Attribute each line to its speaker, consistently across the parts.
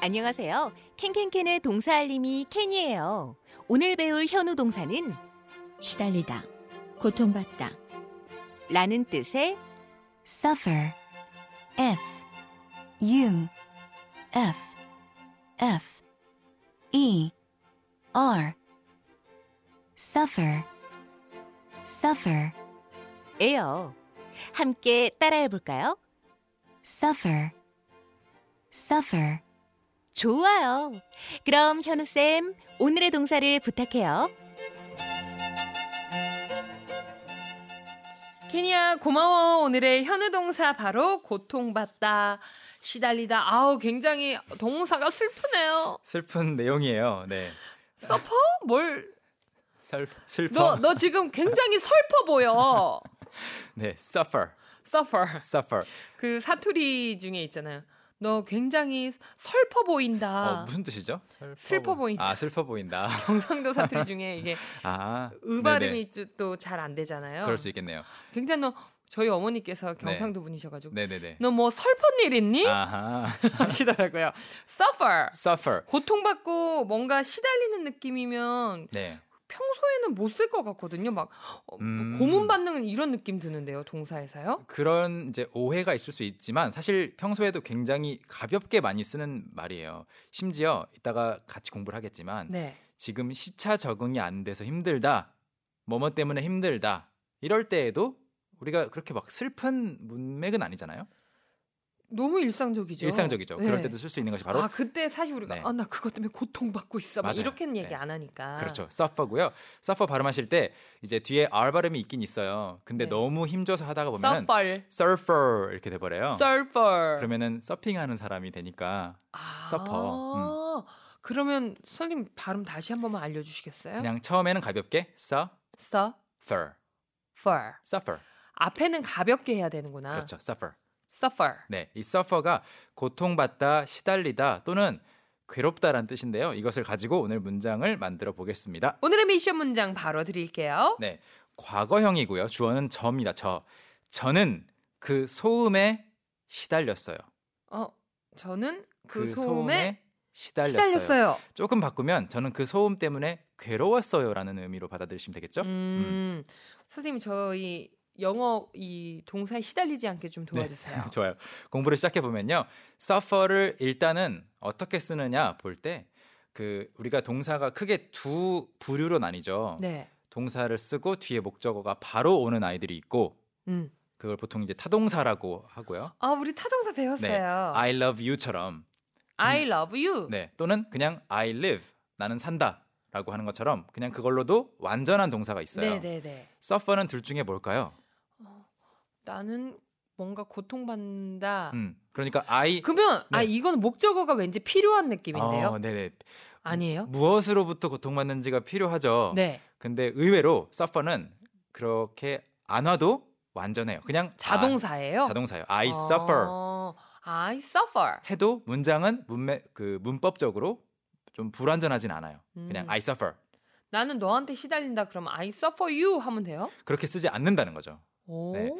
Speaker 1: 안녕하세요. 캔캔캔의 동사 알림이 캔이에요. 오늘 배울 현우 동사는
Speaker 2: 시달리다, 고통받다,
Speaker 1: 라는 뜻의
Speaker 2: suffer, s, u, f, f, e, r, suffer, suffer,
Speaker 1: 에요. 함께 따라해 볼까요?
Speaker 2: suffer, suffer.
Speaker 1: 좋아요. 그럼 현우쌤, 오늘의 동사를 부탁해요.
Speaker 3: 케니야 고마워 오늘의 현우 동사 바로 고통받다 시달리다 아우 굉장히 동사가 슬프네요
Speaker 4: 슬픈 내용이에요. 네.
Speaker 3: 서퍼 뭘너너
Speaker 4: 설, 슬퍼.
Speaker 3: 너 지금 굉장히 슬퍼 보여
Speaker 4: 네, suffer.
Speaker 3: 서퍼
Speaker 4: suffer.
Speaker 3: 그 사투리 중에 있잖아요 너 굉장히 슬퍼 보인다
Speaker 4: 어, 무슨 뜻이죠? 슬퍼,
Speaker 3: 아. 슬퍼 보인다.
Speaker 4: 아, 슬퍼 보인다.
Speaker 3: 경상도 사투리 중에 이게
Speaker 4: 아.
Speaker 3: 의
Speaker 4: 네네.
Speaker 3: 발음이 또 잘 안 되잖아요
Speaker 4: 그럴 수 있겠네요.
Speaker 3: 굉장히 너 저희 어머니께서
Speaker 4: 네.
Speaker 3: 경상도 분이셔가지고
Speaker 4: 네, 네, 네.
Speaker 3: 너 뭐 슬픈 일 있니
Speaker 4: 아하.
Speaker 3: 하시더라고요 서퍼
Speaker 4: suffer.
Speaker 3: 고통받고 뭔가 시달리는 느낌이면
Speaker 4: 네.
Speaker 3: 평소에는 못 쓸 것 같거든요. 막 어, 뭐
Speaker 4: 음.
Speaker 3: 고문받는 이런 느낌 드는데요. 동사에서요.
Speaker 4: 그런 이제 오해가 있을 수 있지만 사실 평소에도 굉장히 가볍게 많이 쓰는 말이에요. 심지어 이따가 같이 공부를 하겠지만
Speaker 3: 네.
Speaker 4: 지금 시차 적응이 안 돼서 힘들다. 뭐뭐 때문에 힘들다. 이럴 때에도 우리가 그렇게 막 슬픈 문맥은 아니잖아요.
Speaker 3: 너무 일상적이죠.
Speaker 4: 일상적이죠.
Speaker 3: 네.
Speaker 4: 그럴 때도 쓸 수 있는 것이 바로
Speaker 3: 아 그때 사실 우리가
Speaker 4: 네.
Speaker 3: 아 나 그것 때문에 고통받고 있어. 막
Speaker 4: 맞아요.
Speaker 3: 이렇게는 얘기
Speaker 4: 네.
Speaker 3: 안 하니까.
Speaker 4: 그렇죠. 서퍼고요. 서퍼 발음하실 때 이제 뒤에 R 발음이 있긴 있어요. 근데
Speaker 3: 네.
Speaker 4: 너무 힘줘서 하다가 보면
Speaker 3: 서펄,
Speaker 4: 서퍼 이렇게 돼 버려요.
Speaker 3: 서퍼.
Speaker 4: 어. 그러면은 서핑하는 사람이 되니까
Speaker 3: 아,
Speaker 4: 서퍼. 음.
Speaker 3: 그러면 선생님 발음 다시 한 번만 알려주시겠어요?
Speaker 4: 그냥 처음에는 가볍게 서퍼,
Speaker 3: 서펄.
Speaker 4: 서퍼.
Speaker 3: 앞에는 가볍게 해야 되는구나.
Speaker 4: 그렇죠. 서퍼.
Speaker 3: 서퍼.
Speaker 4: 네, 이 서퍼가 고통받다, 시달리다 또는 괴롭다라는 뜻인데요. 이것을 가지고 오늘 문장을 만들어 보겠습니다.
Speaker 3: 오늘의 미션 문장 바로 드릴게요.
Speaker 4: 네, 과거형이고요. 주어는 저입니다. 저. 저는 그 소음에 시달렸어요.
Speaker 3: 어, 저는 그,
Speaker 4: 그,
Speaker 3: 소음에,
Speaker 4: 시달렸어요.
Speaker 3: 시달렸어요.
Speaker 4: 조금 바꾸면 저는 그 소음 때문에 괴로웠어요라는 의미로 받아들이시면 되겠죠?
Speaker 3: 음, 선생님 저희 영어 이 동사에 시달리지 않게 좀
Speaker 4: 네.
Speaker 3: 도와주세요.
Speaker 4: 좋아요. 공부를 시작해 보면요. suffer를 일단은 어떻게 쓰느냐 볼 때 그 우리가 동사가 크게 두 부류로 나뉘죠.
Speaker 3: 네,
Speaker 4: 동사를 쓰고 뒤에 목적어가 바로 오는 아이들이 있고
Speaker 3: 음,
Speaker 4: 그걸 보통 이제 타동사라고 하고요.
Speaker 3: 아 우리 타동사 배웠어요.
Speaker 4: I love you처럼
Speaker 3: I, love you.
Speaker 4: 네, 또는 그냥 I live 나는 산다라고 하는 것처럼 그냥 그걸로도 완전한 동사가 있어요.
Speaker 3: 네, 네, 네.
Speaker 4: suffer는 둘 중에 뭘까요?
Speaker 3: 나는 뭔가 고통받는다.
Speaker 4: 음, 그러니까 I
Speaker 3: 아. 그러면 아
Speaker 4: 네.
Speaker 3: 이건 목적어가 왠지 필요한 느낌인데요.
Speaker 4: 어, 네네.
Speaker 3: 아니에요?
Speaker 4: 무엇으로부터 고통받는지가 필요하죠.
Speaker 3: 네,
Speaker 4: 근데 의외로 suffer는 그렇게 안 와도 완전해요. 그냥
Speaker 3: 자동사예요.
Speaker 4: 아, 자동사요. I suffer
Speaker 3: 어, I suffer.
Speaker 4: 해도 문장은 문맥 그 문법적으로 좀 불완전하진 않아요. 그냥
Speaker 3: 음.
Speaker 4: I suffer
Speaker 3: 나는 너한테 시달린다 그러면 I suffer you 하면 돼요.
Speaker 4: 그렇게 쓰지 않는다는 거죠.
Speaker 3: 오.
Speaker 4: 네.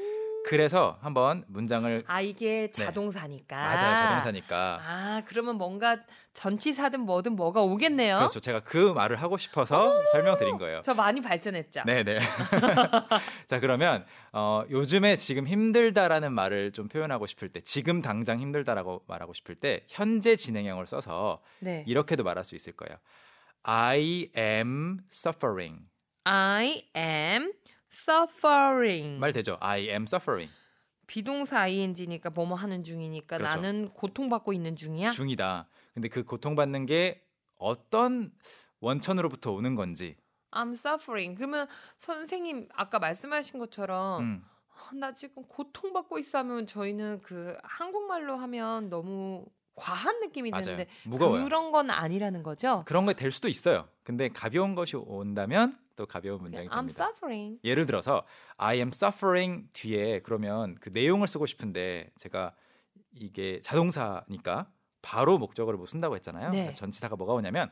Speaker 4: 그래서 한번 문장을
Speaker 3: 아 이게 자동사니까.
Speaker 4: 네. 맞아요 자동사니까
Speaker 3: 아 그러면 뭔가 전치사든 뭐든 뭐가 오겠네요.
Speaker 4: 그렇죠. 제가 그 말을 하고 싶어서 설명드린 거예요.
Speaker 3: 저 많이 발전했죠.
Speaker 4: 네네. 자 그러면 어, 요즘에 지금 힘들다라는 말을 좀 표현하고 싶을 때 지금 당장 힘들다라고 말하고 싶을 때 현재 진행형을 써서
Speaker 3: 네.
Speaker 4: 이렇게도 말할 수 있을 거예요. I am suffering.
Speaker 3: I am suffering.
Speaker 4: 말 되죠? I am suffering.
Speaker 3: 비동사 ing니까 뭐뭐 하는 중이니까
Speaker 4: 그렇죠.
Speaker 3: 나는 고통받고 있는 중이야.
Speaker 4: 중이다. 근데 그 고통받는 게 어떤 원천으로부터 오는 건지.
Speaker 3: I'm suffering. 그러면 선생님 아까 말씀하신 것처럼
Speaker 4: 음.
Speaker 3: 아, 나 지금 고통받고 있어 하면 저희는 그 한국말로 하면 너무 과한 느낌이
Speaker 4: 맞아요.
Speaker 3: 드는데
Speaker 4: 무거워요.
Speaker 3: 그런 건 아니라는 거죠.
Speaker 4: 그런 게 될 수도 있어요. 근데 가벼운 것이 온다면 또 가벼운 문장이
Speaker 3: 네, I'm
Speaker 4: 됩니다.
Speaker 3: suffering.
Speaker 4: 예를 들어서 I am suffering 뒤에 그러면 그 내용을 쓰고 싶은데 제가 이게 자동사니까 바로 목적어를 못 쓴다고 했잖아요.
Speaker 3: 네.
Speaker 4: 그래서 전치사가 뭐가 오냐면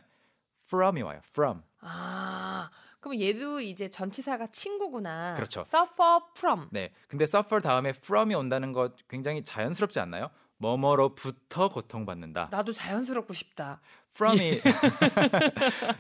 Speaker 4: from이 와요. from.
Speaker 3: 아, 그럼 얘도 이제 전치사가 친구구나.
Speaker 4: 그렇죠.
Speaker 3: Suffer from.
Speaker 4: 네. 근데 suffer 다음에 from이 온다는 것 굉장히 자연스럽지 않나요? 뭐뭐로부터 고통받는다.
Speaker 3: 나도 자연스럽고 싶다.
Speaker 4: From이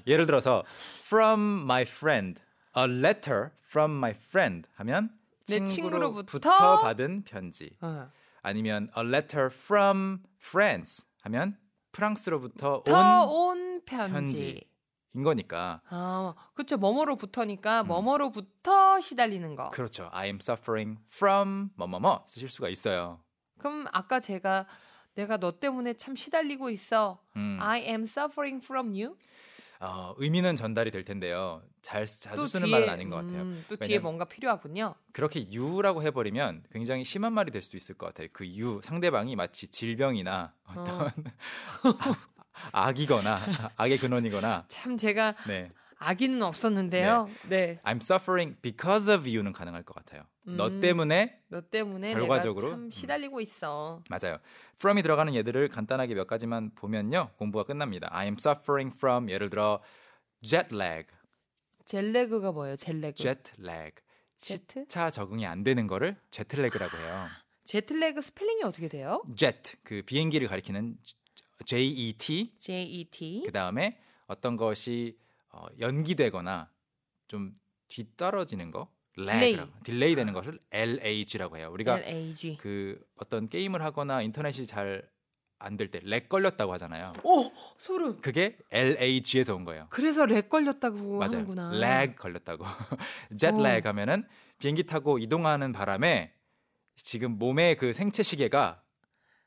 Speaker 4: 예를 들어서 from my friend a letter from my friend 하면
Speaker 3: 내
Speaker 4: 친구로부터
Speaker 3: 친구로부터
Speaker 4: 받은 편지.
Speaker 3: 어.
Speaker 4: 아니면 a letter from France 하면 프랑스로부터 온
Speaker 3: 더온 편지.
Speaker 4: 편지. 인 거니까.
Speaker 3: 아, 그쵸. 뭐뭐로부터니까 뭐뭐로부터 시달리는 거.
Speaker 4: 음. 그렇죠. I am suffering from 뭐뭐뭐 쓰실 수가 있어요.
Speaker 3: 그럼 아까 제가 내가 너 때문에 참 시달리고 있어.
Speaker 4: 음.
Speaker 3: I am suffering from you.
Speaker 4: 어, 의미는 전달이 될 텐데요. 잘 자주
Speaker 3: 또
Speaker 4: 쓰는
Speaker 3: 뒤에,
Speaker 4: 말은 아닌 것 같아요.
Speaker 3: 음, 또 뒤에
Speaker 4: 왜냐면-
Speaker 3: 뭔가 필요하군요.
Speaker 4: 그렇게 you라고 해버리면 굉장히 심한 말이 될 수도 있을 것 같아요. 그 you 상대방이 마치 질병이나 어떤 아, 악이거나 악의 근원이거나
Speaker 3: 참 제가
Speaker 4: 네.
Speaker 3: 아기는 없었는데요. 네.
Speaker 4: I'm suffering because of you는 가능할 것 같아요. 너
Speaker 3: 음.
Speaker 4: 때문에
Speaker 3: 너 때문에
Speaker 4: 결과적으로?
Speaker 3: 내가
Speaker 4: 음.
Speaker 3: 참 시달리고 있어.
Speaker 4: 맞아요. from이 들어가는 얘들을 간단하게 몇 가지만 보면요. 공부가 끝납니다. I am suffering from 예를 들어 jet lag,
Speaker 3: 젤레그가 뭐예요? 젤레그.
Speaker 4: jet lag.
Speaker 3: 제트?
Speaker 4: 시차 적응이 안 되는 거를 jet lag라고 해요.
Speaker 3: 제틀레그 스펠링이 어떻게 돼요?
Speaker 4: jet 그 비행기를 가리키는 J E T
Speaker 3: J E T.
Speaker 4: 그 다음에 어떤 것이 어, 연기되거나 좀 뒤떨어지는 거,
Speaker 3: 딜레이.
Speaker 4: lag, 딜레이 되는 것을 LH라고 해요. 우리가
Speaker 3: L A G.
Speaker 4: 그 어떤 게임을 하거나 인터넷이 잘 안 될 때 렉 걸렸다고 하잖아요.
Speaker 3: 오 어, 소름.
Speaker 4: 그게 LH에서 온 거예요.
Speaker 3: 그래서 렉 걸렸다고
Speaker 4: 맞아요.
Speaker 3: 하는구나.
Speaker 4: 렉 걸렸다고. jet
Speaker 3: 어.
Speaker 4: lag 하면은 비행기 타고 이동하는 바람에 지금 몸의 그 생체 시계가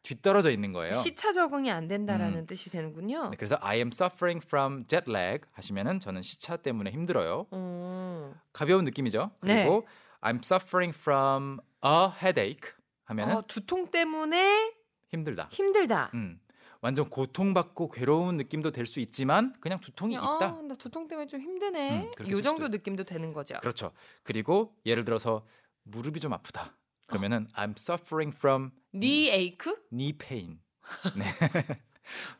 Speaker 4: 뒤떨어져 있는 거예요.
Speaker 3: 시차 적응이 안 된다라는
Speaker 4: 음.
Speaker 3: 뜻이 되는군요.
Speaker 4: 네, 그래서 I am suffering from jet lag 하시면은 저는 시차 때문에 힘들어요.
Speaker 3: 어.
Speaker 4: 가벼운 느낌이죠.
Speaker 3: 네.
Speaker 4: 그리고 I'm suffering from a headache 하면은
Speaker 3: 어, 두통 때문에
Speaker 4: 힘들다.
Speaker 3: 힘들다.
Speaker 4: 음. 완전 고통받고 괴로운 느낌도 될 수 있지만 그냥 두통이
Speaker 3: 그냥,
Speaker 4: 있다.
Speaker 3: 아, 나 두통 때문에 좀 힘드네.
Speaker 4: 음, 그렇게
Speaker 3: 요
Speaker 4: 쓸
Speaker 3: 정도
Speaker 4: 수도
Speaker 3: 느낌도 되는 거죠.
Speaker 4: 그렇죠. 그리고 예를 들어서 무릎이 좀 아프다. 그러면은
Speaker 3: 어.
Speaker 4: I'm suffering from
Speaker 3: 니
Speaker 4: 음.
Speaker 3: 에이크?
Speaker 4: knee pain.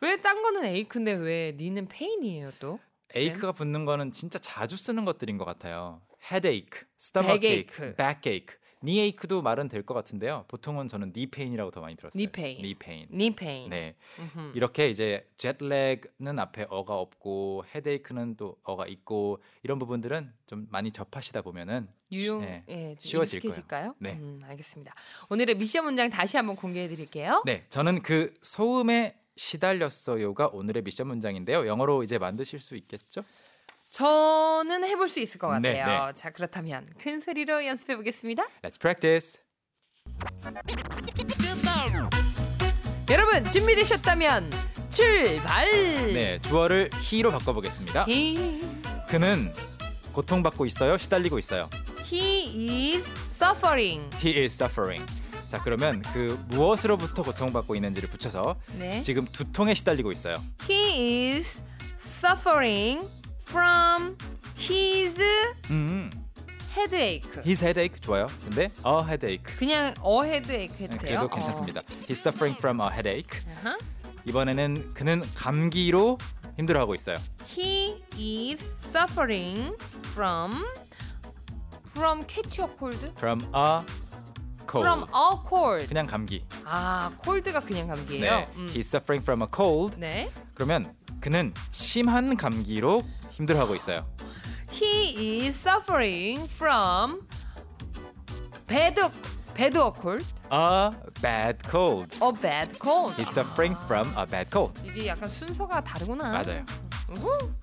Speaker 3: 왜 딴 거는 에이크인데 왜 니는 페인이에요 또?
Speaker 4: 에이크가 붙는 거는 진짜 자주 쓰는 것들인 것 같아요. headache, stomach ache,
Speaker 3: Backache.
Speaker 4: back ache, knee ache도 말은 될 것 같은데요. 보통은 저는 knee pain이라고 더 많이 들었어요.
Speaker 3: Knee pain.
Speaker 4: knee pain.
Speaker 3: 니 페인.
Speaker 4: 네.
Speaker 3: 음흠.
Speaker 4: 이렇게 이제 jetlag는 앞에 어가 없고 headache는 또 어가 있고 이런 부분들은 좀 많이 접하시다 보면은
Speaker 3: 유용
Speaker 4: 네.
Speaker 3: 예, 좀
Speaker 4: 쉬워질
Speaker 3: 익숙해질까요?
Speaker 4: 네.
Speaker 3: 음, 알겠습니다. 오늘의 미션 문장 다시 한번 공개해 드릴게요.
Speaker 4: 네, 저는 그 소음에 시달렸어요가 오늘의 미션 문장인데요. 영어로 이제 만드실 수 있겠죠?
Speaker 3: 저는 해볼 수 있을 것
Speaker 4: 네,
Speaker 3: 같아요. 자, 그렇다면 큰 소리로 연습해 보겠습니다.
Speaker 4: Let's practice.
Speaker 3: 여러분 준비되셨다면 출발.
Speaker 4: 네, 주어를 he로 바꿔보겠습니다.
Speaker 3: He,
Speaker 4: 그는 고통받고 있어요. 시달리고 있어요.
Speaker 3: he is suffering.
Speaker 4: He is suffering. 자, 그러면 그 무엇으로부터 고통받고 있는지를 붙여서
Speaker 3: 네.
Speaker 4: 지금 두통에 시달리고 있어요.
Speaker 3: He is suffering from his
Speaker 4: 음,
Speaker 3: headache.
Speaker 4: his headache 좋아요. 근데 a headache 네,
Speaker 3: 그냥 어 헤드에이크 해도 돼요?
Speaker 4: 그래도 괜찮습니다. He's suffering from a headache.
Speaker 3: 어. 아하.
Speaker 4: 이번에는 그는 감기로 힘들어하고 있어요.
Speaker 3: He is suffering from from catch a cold.
Speaker 4: From a cold.
Speaker 3: From a cold.
Speaker 4: 그냥 감기.
Speaker 3: 아, cold가 그냥 감기예요.
Speaker 4: 네.
Speaker 3: 음.
Speaker 4: He's suffering from a cold.
Speaker 3: 네.
Speaker 4: 그러면 그는 심한 감기로 힘들어하고 있어요.
Speaker 3: He is suffering from bad bad a cold. 아.
Speaker 4: A bad cold.
Speaker 3: A bad cold.
Speaker 4: He's suffering from a bad cold.
Speaker 3: 이게 약간 순서가 다르구나.
Speaker 4: 맞아요.
Speaker 3: 우후.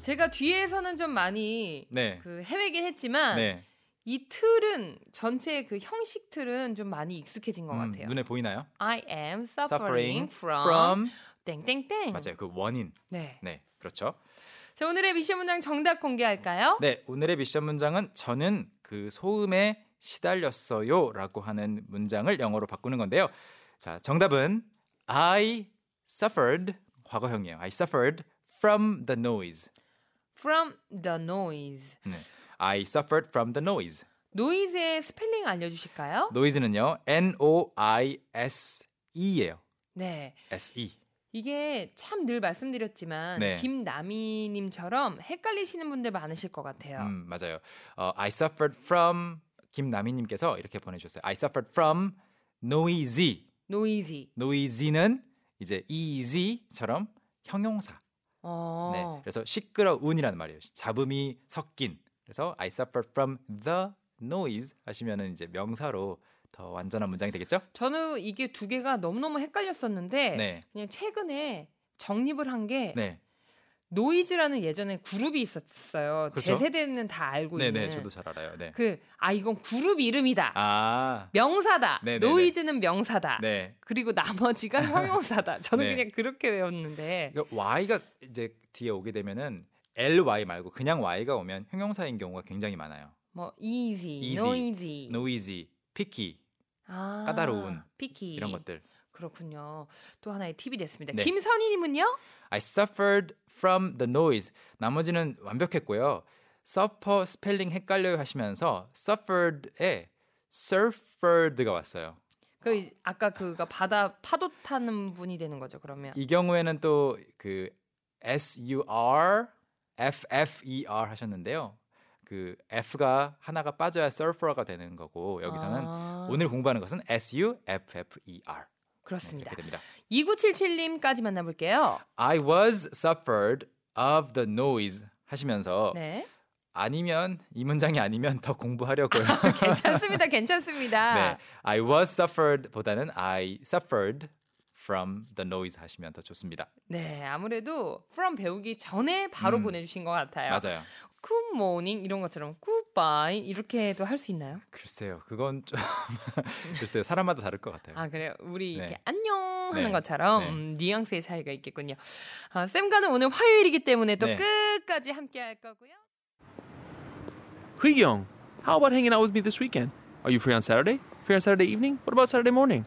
Speaker 3: 제가 뒤에서는 좀 많이
Speaker 4: 네.
Speaker 3: 그 헤매긴 했지만
Speaker 4: 네.
Speaker 3: 이 틀은 전체 그 형식 틀은 좀 많이 익숙해진 것
Speaker 4: 음,
Speaker 3: 같아요.
Speaker 4: 눈에 보이나요?
Speaker 3: I am
Speaker 4: Suffering
Speaker 3: suffering, from, 음.
Speaker 4: from
Speaker 3: 땡땡땡.
Speaker 4: 맞아요. 그 원인.
Speaker 3: 네.
Speaker 4: 네. 그렇죠.
Speaker 3: 자 오늘의 미션 문장 정답 공개할까요?
Speaker 4: 네. 오늘의 미션 문장은 저는 그 소음에 시달렸어요라고 하는 문장을 영어로 바꾸는 건데요. 자, 정답은 I suffered 과거형이에요. I suffered from the noise.
Speaker 3: From the noise.
Speaker 4: 네. I suffered from the noise.
Speaker 3: 노이즈의 스펠링 알려주실까요?
Speaker 4: noise는요. N O I S E예요.
Speaker 3: 네.
Speaker 4: S E.
Speaker 3: 이게 참 늘 말씀드렸지만
Speaker 4: 네.
Speaker 3: 김나미님처럼 헷갈리시는 분들 많으실 것 같아요.
Speaker 4: 음, 맞아요. 어, I suffered from 김나미님께서 이렇게 보내주셨어요. I suffered from noisy.
Speaker 3: 노이즈.
Speaker 4: noisy는 이제 easy처럼 형용사.
Speaker 3: 어.
Speaker 4: 네, 그래서 시끄러운이라는 말이에요. 잡음이 섞인. 그래서 I suffered from the noise 하시면은 이제 명사로 더 완전한 문장이 되겠죠?
Speaker 3: 저는 이게 두 개가 너무너무 헷갈렸었는데
Speaker 4: 네,
Speaker 3: 그냥 최근에 정립을 한 게
Speaker 4: 네,
Speaker 3: 노이즈라는 예전에 그룹이 있었어요.
Speaker 4: 그렇죠.
Speaker 3: 제 세대는 다 알고
Speaker 4: 네,
Speaker 3: 있는.
Speaker 4: 네, 저도 잘 알아요. 네,
Speaker 3: 그 아 이건 그룹 이름이다.
Speaker 4: 아,
Speaker 3: 명사다.
Speaker 4: 네, 네, 네.
Speaker 3: 노이즈는 명사다.
Speaker 4: 네.
Speaker 3: 그리고 나머지가 형용사다. 저는
Speaker 4: 네.
Speaker 3: 그냥 그렇게 외웠는데.
Speaker 4: 그러니까 Y가 이제 뒤에 오게 되면은 ly 말고 그냥 y가 오면 형용사인 경우가 굉장히 많아요.
Speaker 3: 뭐 easy,
Speaker 4: Easy,
Speaker 3: noisy,
Speaker 4: noisy, picky
Speaker 3: 아,
Speaker 4: 까다로운
Speaker 3: picky
Speaker 4: 이런 것들.
Speaker 3: 그렇군요. 또 하나의 팁이 됐습니다.
Speaker 4: 네.
Speaker 3: 김선희님은요?
Speaker 4: I suffered from the noise. 나머지는 완벽했고요. suffer 스펠링 헷갈려요 하시면서 suffered에 surfered가 왔어요.
Speaker 3: 그 이- 아까 그가 바다 파도 타는 분이 되는 거죠. 그러면
Speaker 4: 이 경우에는 또 그 S U R F F E R 하셨는데요. 그 F가 하나가 빠져야 surfer가 되는 거고 여기서는
Speaker 3: 아,
Speaker 4: 오늘 공부하는 것은 S U F F E R
Speaker 3: 그렇습니다.
Speaker 4: 네, 이렇게 됩니다.
Speaker 3: 2977님까지 만나볼게요.
Speaker 4: I was suffered of the noise 하시면서
Speaker 3: 네,
Speaker 4: 아니면 이 문장이 아니면 더 공부하려고요.
Speaker 3: 괜찮습니다. 괜찮습니다.
Speaker 4: 네, I was suffered 보다는 I suffered from the noise 하시면 더 좋습니다.
Speaker 3: 네, 아무래도 from 배우기 전에 바로
Speaker 4: 음,
Speaker 3: 보내주신 것 같아요.
Speaker 4: 맞아요.
Speaker 3: Good morning 이런 것처럼 goodbye 이렇게도 할 수 있나요?
Speaker 4: 글쎄요, 그건 좀 글쎄요 사람마다 다를 것 같아요.
Speaker 3: 아 그래요. 우리
Speaker 4: 네.
Speaker 3: 이렇게 안녕 하는
Speaker 4: 네.
Speaker 3: 것처럼
Speaker 4: 네.
Speaker 3: 음, 뉘앙스의 차이가 있겠군요. 아, 쌤과는 오늘 화요일이기 때문에 또
Speaker 4: 네.
Speaker 3: 끝까지 함께할 거고요.
Speaker 5: Young, how about hanging out with me this weekend? Are you free on Saturday? Free on Saturday evening? What about Saturday morning?